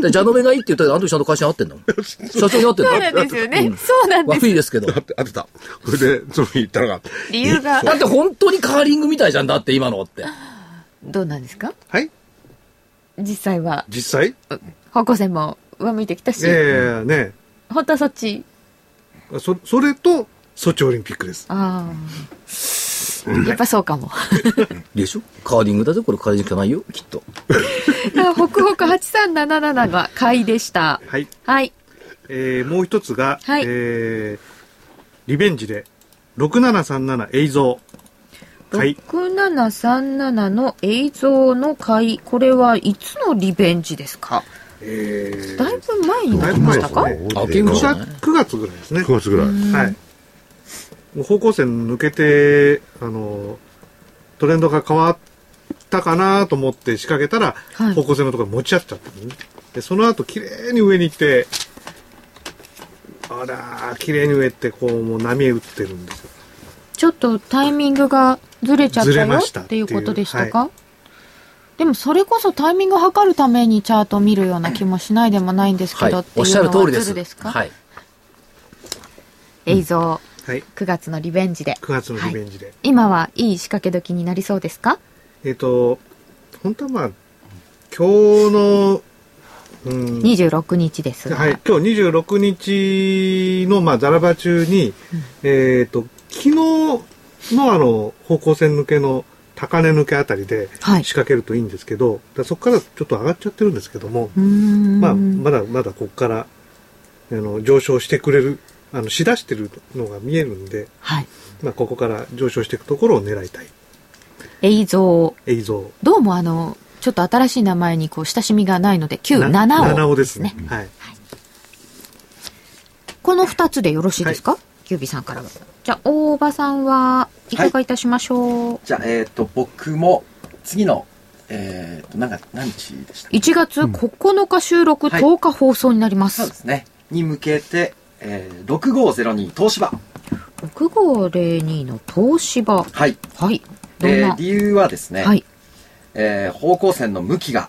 S2: で、ジャノベがいいって言ったら、あの時ちゃんと会社に会ってんの社長に会ってんの
S1: そうなんですよねそうなんです
S2: 悪いですけど。
S5: あ
S2: だ
S5: って当てたそれでその日言ったのが
S1: 理由が、
S2: って本当にカーリングみたいじゃんだって、今のって。
S1: どうなんですか
S3: はい
S1: 実際は、
S3: 実際
S1: 方向線も上向いてきたし、
S3: ええね
S1: 本当はそっち。
S3: そそれとソチオリンピックです
S1: ああ。やっぱそうか も。
S2: でしょカーリングだぜ、これカーリングじゃないよ、きっと。
S1: あホクホク8377が買いでした。
S3: はい
S1: はい。
S3: えーもう一つが、
S1: はい
S3: えーリベンジで6737映像はい
S1: 6737の映像の買い、これはいつのリベンジですか
S3: えー
S1: だいぶ前にな
S3: だい
S1: り
S3: ぶ
S1: ま
S3: 前
S1: し
S3: で
S1: た
S3: す
S1: か、
S3: ね
S2: あけんぐ
S3: 9
S2: じゃ
S3: 月
S2: ない
S3: 9月ぐらいですね
S5: 9月ぐらい
S3: はいもう方向線抜けてあのトレンドが変わったかなと思って仕掛けたら、
S1: はい
S3: 方向線のところに持ち合っちゃったのねでその後綺麗に上に行ってあらー綺麗に上ってこうもう波へ打ってるんですよ
S1: ちょっとタイミングがずれちゃった
S3: ずれ
S1: よ
S3: ました
S1: っていうことでしたか
S3: は
S1: でもそれこそタイミングを測るためにチャートを見るような気もしないでもないんですけ
S2: はい
S1: ど、って
S2: お
S1: い
S2: っし
S1: う
S2: ゃ
S1: の
S2: る
S1: は
S2: 通りで
S1: ず
S2: す。
S1: るですか、
S2: はい。
S1: 映像
S3: はい
S1: 9月のリベンジで
S3: 9月のリベンジで、
S1: 今はいい仕掛け時になりそうですか
S3: えっ、と本当はまあ今日のうん
S1: 26日ですが、
S3: はい、今日26日の、まあ、ザラバ中に、えっ、と、昨日のあの、方向線抜けの高値抜けあたりで
S1: はい
S3: 仕掛けるといいんですけど、だそこからちょっと上がっちゃってるんですけども、
S1: うーん
S3: まあ、まだまだここから、あの、上昇してくれる、あの、しだしてるのが見えるんで、
S1: はい、
S3: まあ、ここから上昇していくところを狙いたい。
S1: 映像
S3: 映像。
S1: どうもあのちょっと新しい名前にこう親しみがないので
S3: な
S1: 97
S3: 7
S1: を
S3: をですね。はい。
S1: この2つでよろしいですか、キュービーさんからはじゃあ大場さんはいかがいたしましょう、
S8: じゃあ、えっ、と、僕も次の
S4: えー、と、なんか、何日でしたっけ
S1: 1月9日収録、
S4: はい
S1: 10日放送になります。
S4: そうですね。に向けて、えー、6502東芝。
S1: 6502の東芝。
S4: はい。
S1: はい。どん
S4: え
S1: な、
S4: ー理由はですね、
S1: はい。
S4: えー方向線の向きが、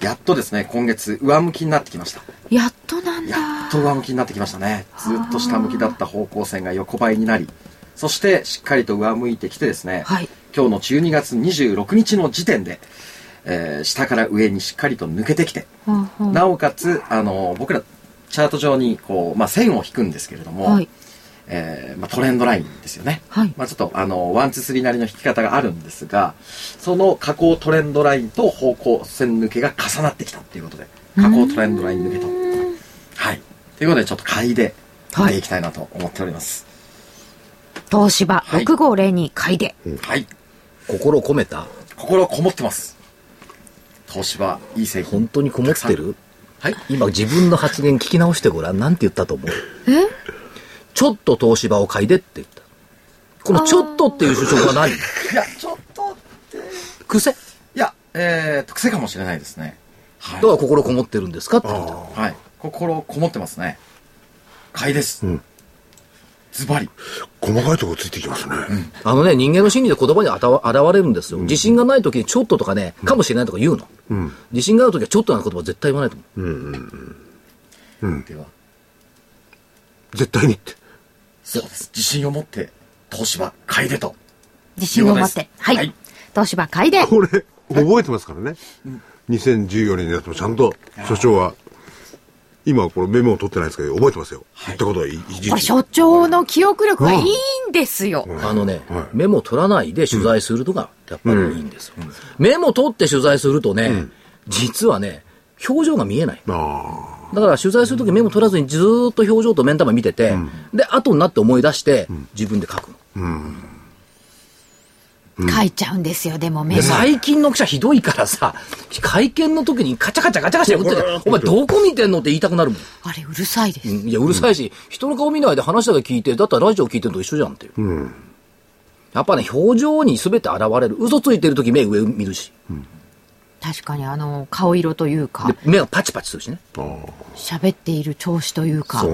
S4: やっとですね、今月、上向きになってきました。
S1: やっとなんだ。
S4: やっと上向きになってきましたね。ずっと下向きだった方向線が横ばいになり、そして、しっかりと上向いてきてですね、
S1: はい。
S4: 今日の12月26日の時点で、えー下から上にしっかりと抜けてきて、
S1: はあは
S4: なおかつ、あの僕らチャート上にこう、まあ、線を引くんですけれど
S1: あ
S4: も、
S1: はい。
S4: えーまあ、トレンドラインですよね、
S1: はい。
S4: まあ、ちょっとあのワンツースリーなりの引き方があるんですがその下降トレンドラインと方向線抜けが重なってきたっていうことで下降トレンドライン抜けと。はい、ということでちょっと買いで見ていきたいなと思っております。
S1: 東芝
S4: はい
S1: 6502買いで。
S4: はい、
S2: 心を込めた
S4: 心こもってます東芝いい製品
S2: 本当にこもってる
S4: はい
S2: 今自分の発言聞き直してごらん。なんて言ったと思うちょっと東芝を嗅いでって言った。このちょっとっていう主張は何
S4: いやちょっと
S2: 癖だか
S4: いやえー、と癖かもしれないですねはい
S2: ら心こもってるんですかって言った。
S5: あ
S4: はい。心こもってますね。買いです。
S5: うん
S4: ズバリ。
S5: あ細かいとこついてきますね、
S2: あのね、人間の心理で言葉にあたわ現れるんですよ。自信がない時にちょっととかね、かもしれないとか言うの。
S5: うん
S2: 自信がある時はちょっとなんて言葉絶対言わないと思う。
S4: では、
S5: 絶対にって
S4: そうです。自信を持って、東芝買いでと。
S1: 自信を持って。はい。
S4: はい
S1: 東芝買いで。
S5: これ覚えてますからね、2014年になってもちゃんと所長は今はこれメモを取ってないですけど覚えてますよ、言ったことはい一
S1: これ
S5: 時期
S1: 所長の記憶力がいいんですよ。
S2: あのね、
S5: はい
S2: メモ取らないで取材するとがやっぱりいいんですよ。メモ取って取材するとね、実はね、表情が見えない。
S5: ああ
S2: だから取材するときメモ取らずにずーっと表情と目ん玉見てて、で、後になって思い出して、自分で書くの。
S1: 書いちゃうんですよ、でもメ
S2: で、
S1: モ。
S2: 最近の記者ひどいからさ、会見の時にカチャカチャカチャカチャ打って
S5: うわ
S2: て、お前どこ見てんのって言いたくなるもん。
S1: あれ、うるさいです。
S2: うんいや、うるさいし、人の顔見ないで話だけ聞いて、だったらラジオ聞いてるのと一緒じゃんっていう。やっぱね、表情に全て現れる。嘘ついてる時目上見るし。
S1: 確かに、あの、顔色というか
S2: で、、目がパチパチするしね。
S1: 喋っている調子というか。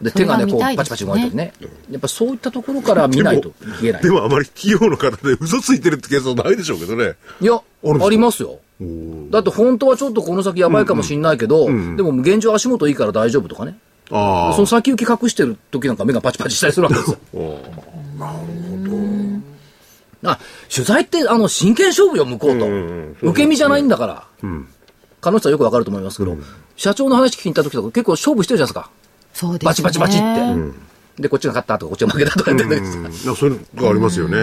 S2: で、
S1: それ
S2: 手
S1: は
S2: がね、こ
S1: 見た
S2: う、
S1: い
S2: パ
S1: で
S2: チ
S1: す
S2: パチ
S1: ね
S2: 動いてるね。やっぱそういったところから見ないといけない
S5: で。もあまり企業の方で嘘ついてるってケースはないでしょうけどね
S2: いや、
S5: るんですか
S2: ありますよ。だって本当はちょっとこの先やばいかもしんないけど、でも現状足元いいから大丈夫とかね。
S5: ああ
S2: その先行き隠してる時なんか目がパチパチしたりするわけですよ。なるほど。あ、取材ってあの真剣勝負よ、向こうと。受け身じゃないんだから。彼女さんよくわかると思いますけど、社長の話聞きに行った時とか結構勝負してるじゃないですか。
S1: そうですね。
S2: バチバチバチって。で、こっちが勝ったとか、こっちが負けたとか言ってるんです
S5: うんなんかそういうのがありますよね。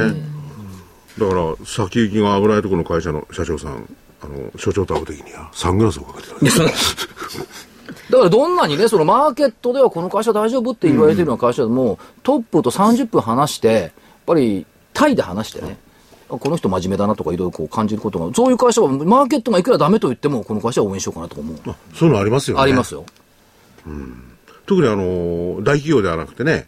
S5: だから、先行きが危ないところの会社の社長さん、あの、所長と会うときには、サングラスをかけてたんですよ。
S2: だからどんなにね、そのマーケットではこの会社大丈夫って言われてるような会社でも、トップと30分話して、やっぱりタイで話してね、あこの人真面目だなとかいろいろこう感じることが、そういう会社はマーケットがいくらダメと言っても、この会社は応援しようかなとか思う。
S5: あそういうのありますよね。
S2: あります。よ。
S5: 特にあの、大企業ではなくてね、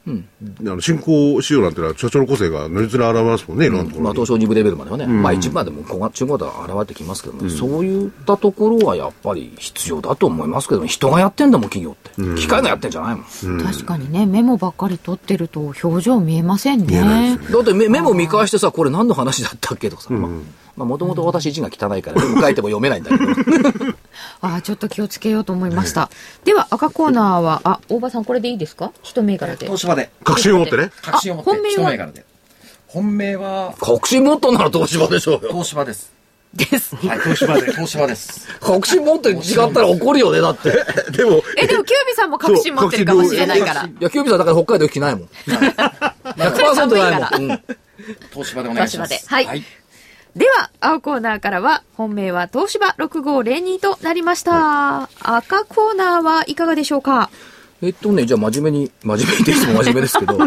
S5: あの進行しようなんてのは、社長の個性が如実に現れますもんね、いろんなとこ
S2: ま
S5: ろ
S2: あ、
S5: に。
S2: 東証2部レベルまではね、まあ一部までもこが中古だと現れてきますけども、そういったところはやっぱり必要だと思いますけども、人がやってんだもん、企業って。機械がやってんじゃないもん。
S1: 確かにね、メモばっかり取ってると表情見えませんね。
S5: 見えないですよね。
S2: だってメメモ見返してさ、これ何の話だったっけとかさ、もともと私字が汚いから、書いても読めないんだけど。
S1: ああ、ちょっと気をつけようと思いました。では、赤コーナーは、あ、大場さんこれでいいですか一銘柄で。
S4: 東芝で、
S5: 確信を持ってね。
S4: 確信を持
S1: あ本
S4: って、
S1: 命
S4: 一
S1: は
S4: 銘柄で。本命は、
S2: 確信持っとんなら東芝でしょうよ。
S4: 東芝です。
S1: です。
S4: はい、東芝で。東芝です。
S2: 確信持って違ったら怒るよね、だって。
S5: でも、
S1: え、でも、キュービさんも確信持ってるかもしれないから。
S2: いや、キュービさんだから北海道来て ないもん。100%ない もん。うん
S4: 東芝でお願いします。
S1: 東芝ではいでは、青コーナーからは、本命は東芝6502となりました。赤コーナーはいかがでしょうか
S2: えっとね、じゃあ真面目に、真面目にっていつも真面目ですけ ど、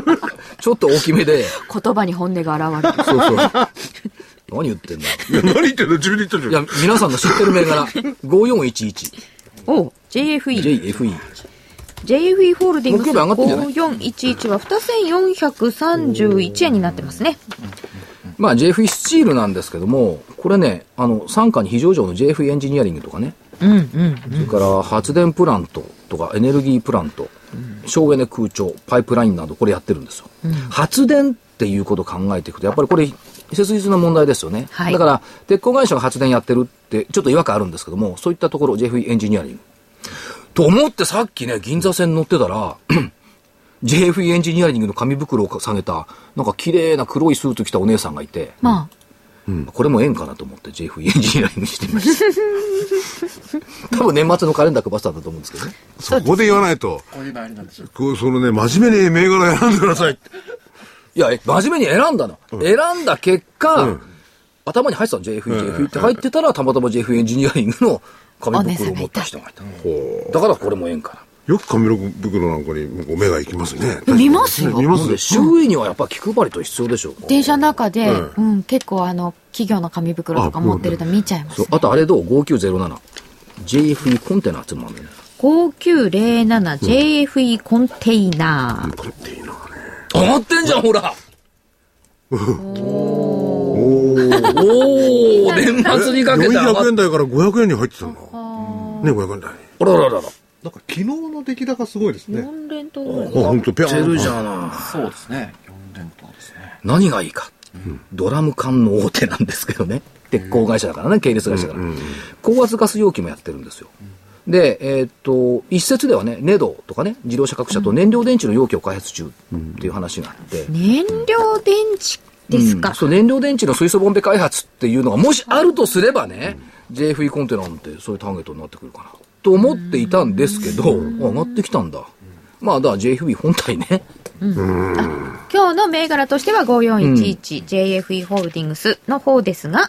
S2: ちょっと大きめで、
S1: 言葉に本音が現れる。
S2: そうそう。何言ってんだ
S5: いや何言ってんの自分で言ってる
S2: い
S5: じゃ
S2: や
S5: ん。、
S2: 皆さんの知ってる銘柄、5411、
S1: おう JFE。
S2: JFE。
S1: JFE ホールディングス
S2: 木曜日上がってんじゃない
S1: 5411は2431円になってますね。
S2: まあ JFE スチールなんですけども、これね、あの、傘下に非常上の JFE エンジニアリングとかね、
S1: うんうん
S2: それから発電プラントとかエネルギープラント、省エネ空調、パイプラインなどこれやってるんですよ。発電っていうことを考えていくと、やっぱりこれ、切実な問題ですよね。
S1: はい
S2: だから、鉄鋼会社が発電やってるって、ちょっと違和感あるんですけども、そういったところ、JFE エンジニアリング。と思ってさっきね、銀座線乗ってた ら、JFE エンジニアリングの紙袋を下げた、なんか綺麗な黒いスーツ着たお姉さんがいて、
S1: ま
S2: これも縁かなと思って JFE エンジニアリングにしてみま した。多分年末のカレンダー配ってたんだと思うんですけどね。
S5: そこで言わないと、
S4: こういうのありなんでしょう。
S5: こうそのね、真面目に銘柄選んでくださいって。
S2: いや、え真面目に選んだの。選んだ結果、
S5: うん
S2: 頭に入ってたの JFE、
S5: うん
S2: JFE って入ってたら、たまたま JFE エンジニアリングの紙袋を持った人がいた。だからこれも縁かな。
S5: よく紙袋なんかにこう目が行きます ね。
S1: 見ますよ
S5: 見ま
S2: な
S5: す
S2: ので、周囲にはやっぱ気配りと必要でしょう。
S1: あ電車の中で、
S5: うん
S1: うん、結構あの企業の紙袋とか持ってると見ちゃいます
S2: そうあとあれどう ?5907。JFE コンテナっていうのもあるんだよね。
S1: 5907JFE コンテイナー、
S2: 上がってんじゃん、ほら
S5: おー。
S2: おー、年末にかけて上がっ
S5: 400円台から500円に入ってたんだ。ね、500円台に。
S2: あらららら。
S3: なんか昨日の出来高すごいですね。
S1: 4連投ぐらい
S5: あ、ほんと、ピャ
S2: てるじ
S5: ーン。
S2: ゃない。
S4: そうですね。4連投ですね。
S2: 何がいいか。ドラム缶の大手なんですけどね。鉄鋼会社だからね、系列会社だから。高圧ガス容器もやってるんですよ。で、えーっと、一説ではね、ネドとかね、自動車各社と燃料電池の容器を開発中っていう話があって。
S1: 燃料電池ですか、
S2: うんそう燃料電池の水素ボンベ開発っていうのがもしあるとすればね、JFE コンテナなんてそういうターゲットになってくるかなと思っていたんですけど、あ上がってきたんだ、まあだから JFE 本体ね
S1: 今日の銘柄としては 5411JFE ホールディングスの方ですが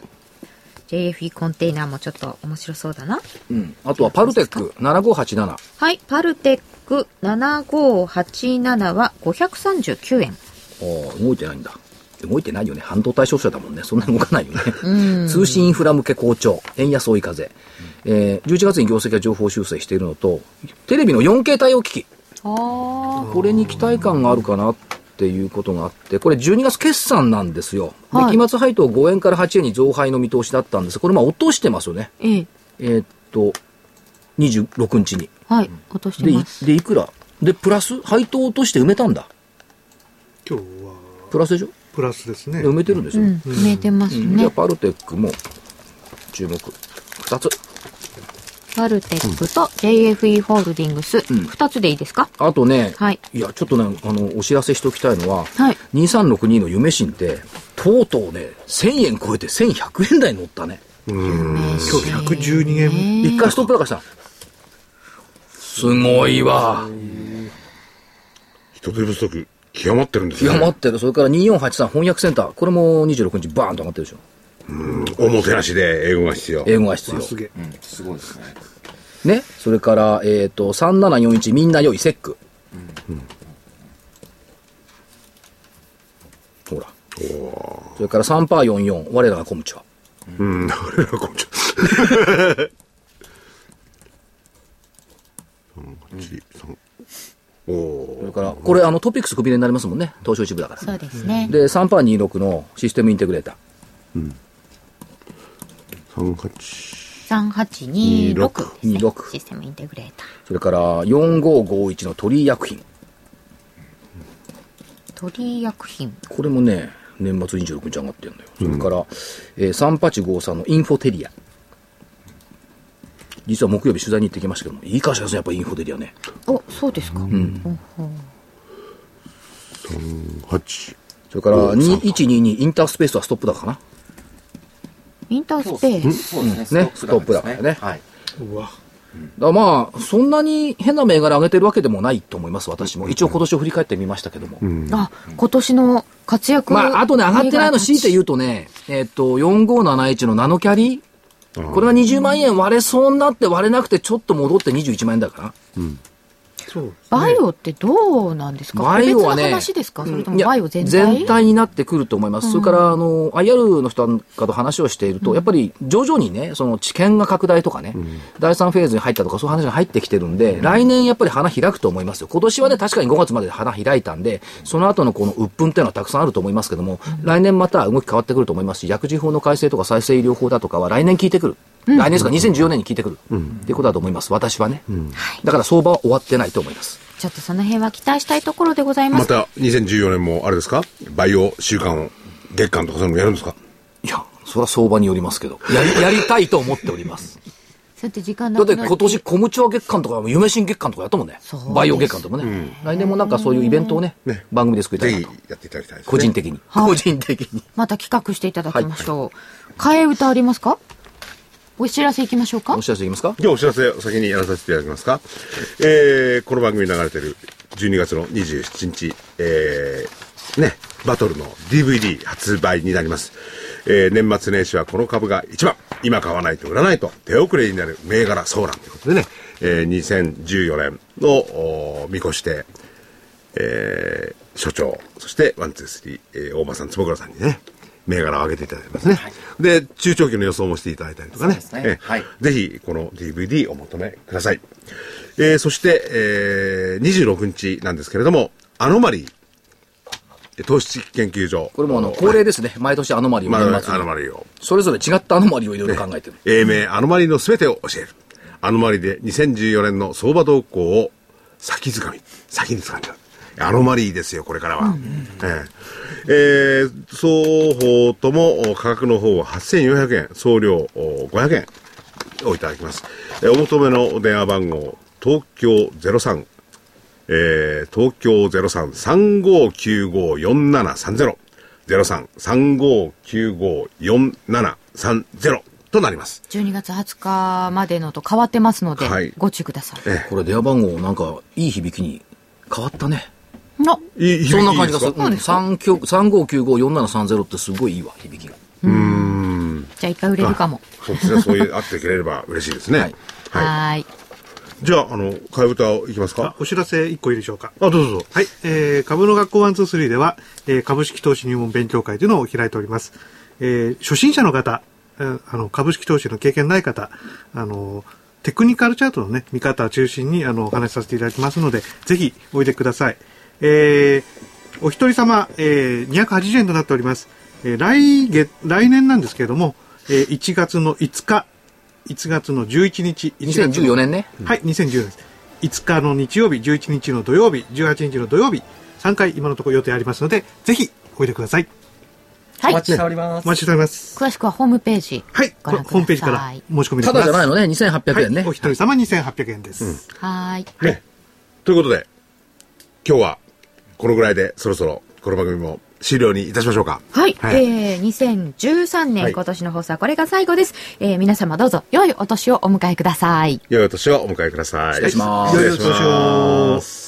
S1: JFE コンテイナーもちょっと面白そうだな
S2: うんあとはパルテック7587
S1: はいパルテック7587は539円
S2: ああ動いてないんだ動いてないよね半導体商社だもんねそんな動かないよね通信インフラ向け好調円安追い風、えー、11月に業績が情報修正しているのとテレビの 4K 対応機器
S1: あ
S2: これに期待感があるかなっていうことがあって、これ12月決算なんですよ。で
S1: はい
S2: 期末配当5円から8円に増配の見通しだったんです。これまあ落としてますよね。
S1: ええ
S2: えーっと、26日に。
S1: はい落として
S2: で、
S1: ま
S2: い
S1: す
S2: でいくらで、プラス配当を落として埋めたんだ。
S3: 今日は
S2: プラスでしょ
S3: プラスですね。
S2: で埋めてるんです
S1: う
S2: よ。
S1: ん見えてます
S2: じゃあ
S1: ね
S2: パルテックも注目。2つ。
S1: パルテックと JFE ホールディング
S2: ん
S1: ス2つでいいですか
S2: あとね、
S1: はい
S2: や、ちょっとね、あの、お知らせしておきたいのは、
S1: はい
S2: 2362の夢新って、とうとうね、1000円超えて1100円台に乗ったね。
S3: 今日112円。
S2: 一回ストップ高したのすごいわ
S5: 人手不足、極まってるんです
S2: 極
S5: よ、
S2: まってるそれから2483翻訳センターこれも26日バーンと上がってるでしょ
S5: おもてなしで英語が必要。
S2: 英語が必要
S3: すげえ。
S4: すごいですね。
S2: ねそれからえっ、と3741みんな良いセック、ほらそれから3パー44我らがコムチは
S5: うん、だからこうちょっと。お
S2: そ
S5: ー
S2: れからこれあのトピックスクビレになりますもんね東証一部だから
S1: そうですね
S2: で3パー26のシステムインテグレーター
S5: 38
S1: 3826ですね
S2: 26
S1: システムインテグレーター
S2: それから4551の鳥居薬品
S1: 鳥居薬品
S2: これもね、年末26日上がってるんだよ。それから、えー、3853のインフォテリア。実は木曜日取材に行ってきましたけども、いい会社ですね、やっぱインフォテリアね。
S1: おそうですか、
S5: 8
S2: それから、2122インタースペースはストップ高かな。
S1: インタースペース
S4: そうです
S2: うん
S4: ね
S2: ね。ストップだからね
S4: はい。
S3: うわ。
S2: だからまあ、そんなに変な銘柄上げてるわけでもないと思います、私も。一応今年を振り返ってみましたけども。
S1: あ今年の活躍
S2: まあ、あとね、上がってないの強いて言
S1: う
S2: うとね、えっと、4571のナノキャリ
S5: あー
S2: これが20万円割れそうになって割れなくてちょっと戻って21万円だから。
S3: そうですね
S1: バイオってどうなんですか、
S2: バイオはね
S1: 個別の話ですかそれと
S2: い
S1: も
S2: や
S1: バイオ全体
S2: になってくると思います、それからあの IR の人なんかと話をしていると、やっぱり徐々にね、その知見が拡大とかね、第3フェーズに入ったとか、そういう話が入ってきてるんで、来年やっぱり花開くと思いますよ、今年はね、確かに5月まで花開いたんで、その後のこの鬱憤っていうのはたくさんあると思いますけども、来年また動き変わってくると思いますし、薬事法の改正とか再生医療法だとかは来年効いてくる。来年ですか、2014年に効いてくる、っていうことだと思います、私はね、だから相場は終わってないと思います。
S1: ちょっとその辺は期待したいところでございま
S5: ますた2014年もあれですかバイオ週間を月間とかそういうのやるんですか
S2: いや、それは相場によりますけど、やりやりたいと思っております。
S1: そうやって時間な
S2: だっ
S1: くな
S2: て今年、小ムチュア月間とか、夢新月間とかやったもんね
S1: そうです。ね
S2: バイオ月間とかもね。来年もなんかそういうイベントをね
S5: ね、
S2: 番組で作りた
S5: ぜ
S2: い
S5: ひ
S2: なと。
S5: やっていただきたいです、ね、
S2: 個人的に。
S1: はい
S2: 個人的に。
S1: また企画していただきましょう、替え歌ありますかお知らせいきましょうか
S2: お知らせいきますか
S5: じゃあお知らせを先にやらさせていただきますか。えー、この番組に流れてる12月の27日、えー、ね、バトルの DVD 発売になります。えー、年末年始はこの株が一番、今買わないと売らないと手遅れになる銘柄ソーランということでね、えー、2014年のおー見越して、えー所長、そして、ワン、ツー、スリー、えー大間さん、坪倉さんにね、銘柄を上げていただいてますね。で、中長期の予想もしていただいたりとか
S8: そ
S5: ね。
S8: うですね
S5: えー
S8: はい
S5: ぜひ、この DVD お求めください。えーそして、えー26日なんですけれども、アノマリー、糖質研究所。
S2: これもあの、恒例ですね。毎年アノマリー
S5: ま
S2: を
S5: あ
S2: 年
S5: ア
S2: 末
S5: ノマ
S2: に。
S5: リーを。
S2: それぞれ違ったアノマリーをいろいろ考えてる。
S5: 英名アノマリーのすべてを教える。アノマリーで2014年の相場動向を先づかみ、先に掴んじゃう。アノマリーですよ、これからは。えええー双方ともお価格の方は8400円、送料お500円をいただきます。えーお求めのお電話番号、東京03えー東京03-3595-4730。03-3595-4730となります。
S1: 12月20日までのと変わってますので、
S5: はい
S1: ご注意ください
S5: え
S2: これ、電話番号なんか、いい響きに変わったね。
S1: の
S5: いい
S2: そんな感じがす
S5: いい
S2: る。
S5: で
S2: うん35954730ってすごいいいわ、響きが。
S1: じゃあいっぱい売れるかも
S5: かそうですね。そういう、あってくれれば嬉しいですね。はい。
S1: はーい
S5: じゃあ、あの、替え歌をいきます
S3: あ
S5: か。
S3: お知らせ1個いいでしょうか。
S5: あ、どうぞどうぞ。
S3: はい、えー株の学校123では、えー株式投資入門勉強会というのを開いております。えー初心者の方、えーあの、株式投資の経験ない方、あの、テクニカルチャートのね、見方を中心に、あの、お話しさせていただきますので、ぜひ、おいでください。えーお一人様、えー280円となっております。えー来月、来年なんですけれども、えー1月の5日、1月の11日、1月の
S2: 2014年ね。
S3: はい、2010年です。5日の日曜日、11日の土曜日、18日の土曜日、3回今のところ予定ありますので、ぜひおいでください。
S1: はい
S8: お待ちしております
S3: お。待ちしております。
S1: 詳しくはホームページ
S3: はい、こ
S1: ご
S3: れ
S1: 覧ください
S3: ホームページから申し込みでき
S2: た
S3: ま
S2: だ
S3: す。
S2: じゃないのね、2800円ね。
S3: はい、お一人様2800円です。
S1: はーい
S5: ね。ということで、今日は、このぐらいで、そろそろ、この番組も終了にいたしましょうか。
S1: はい、
S5: はい
S1: えー、2013年、
S5: はい
S1: 今年の放送はこれが最後です、えー、皆様どうぞ良いお年をお迎えください
S5: 良いお年をお迎えください。
S2: 失礼します
S5: 失礼します。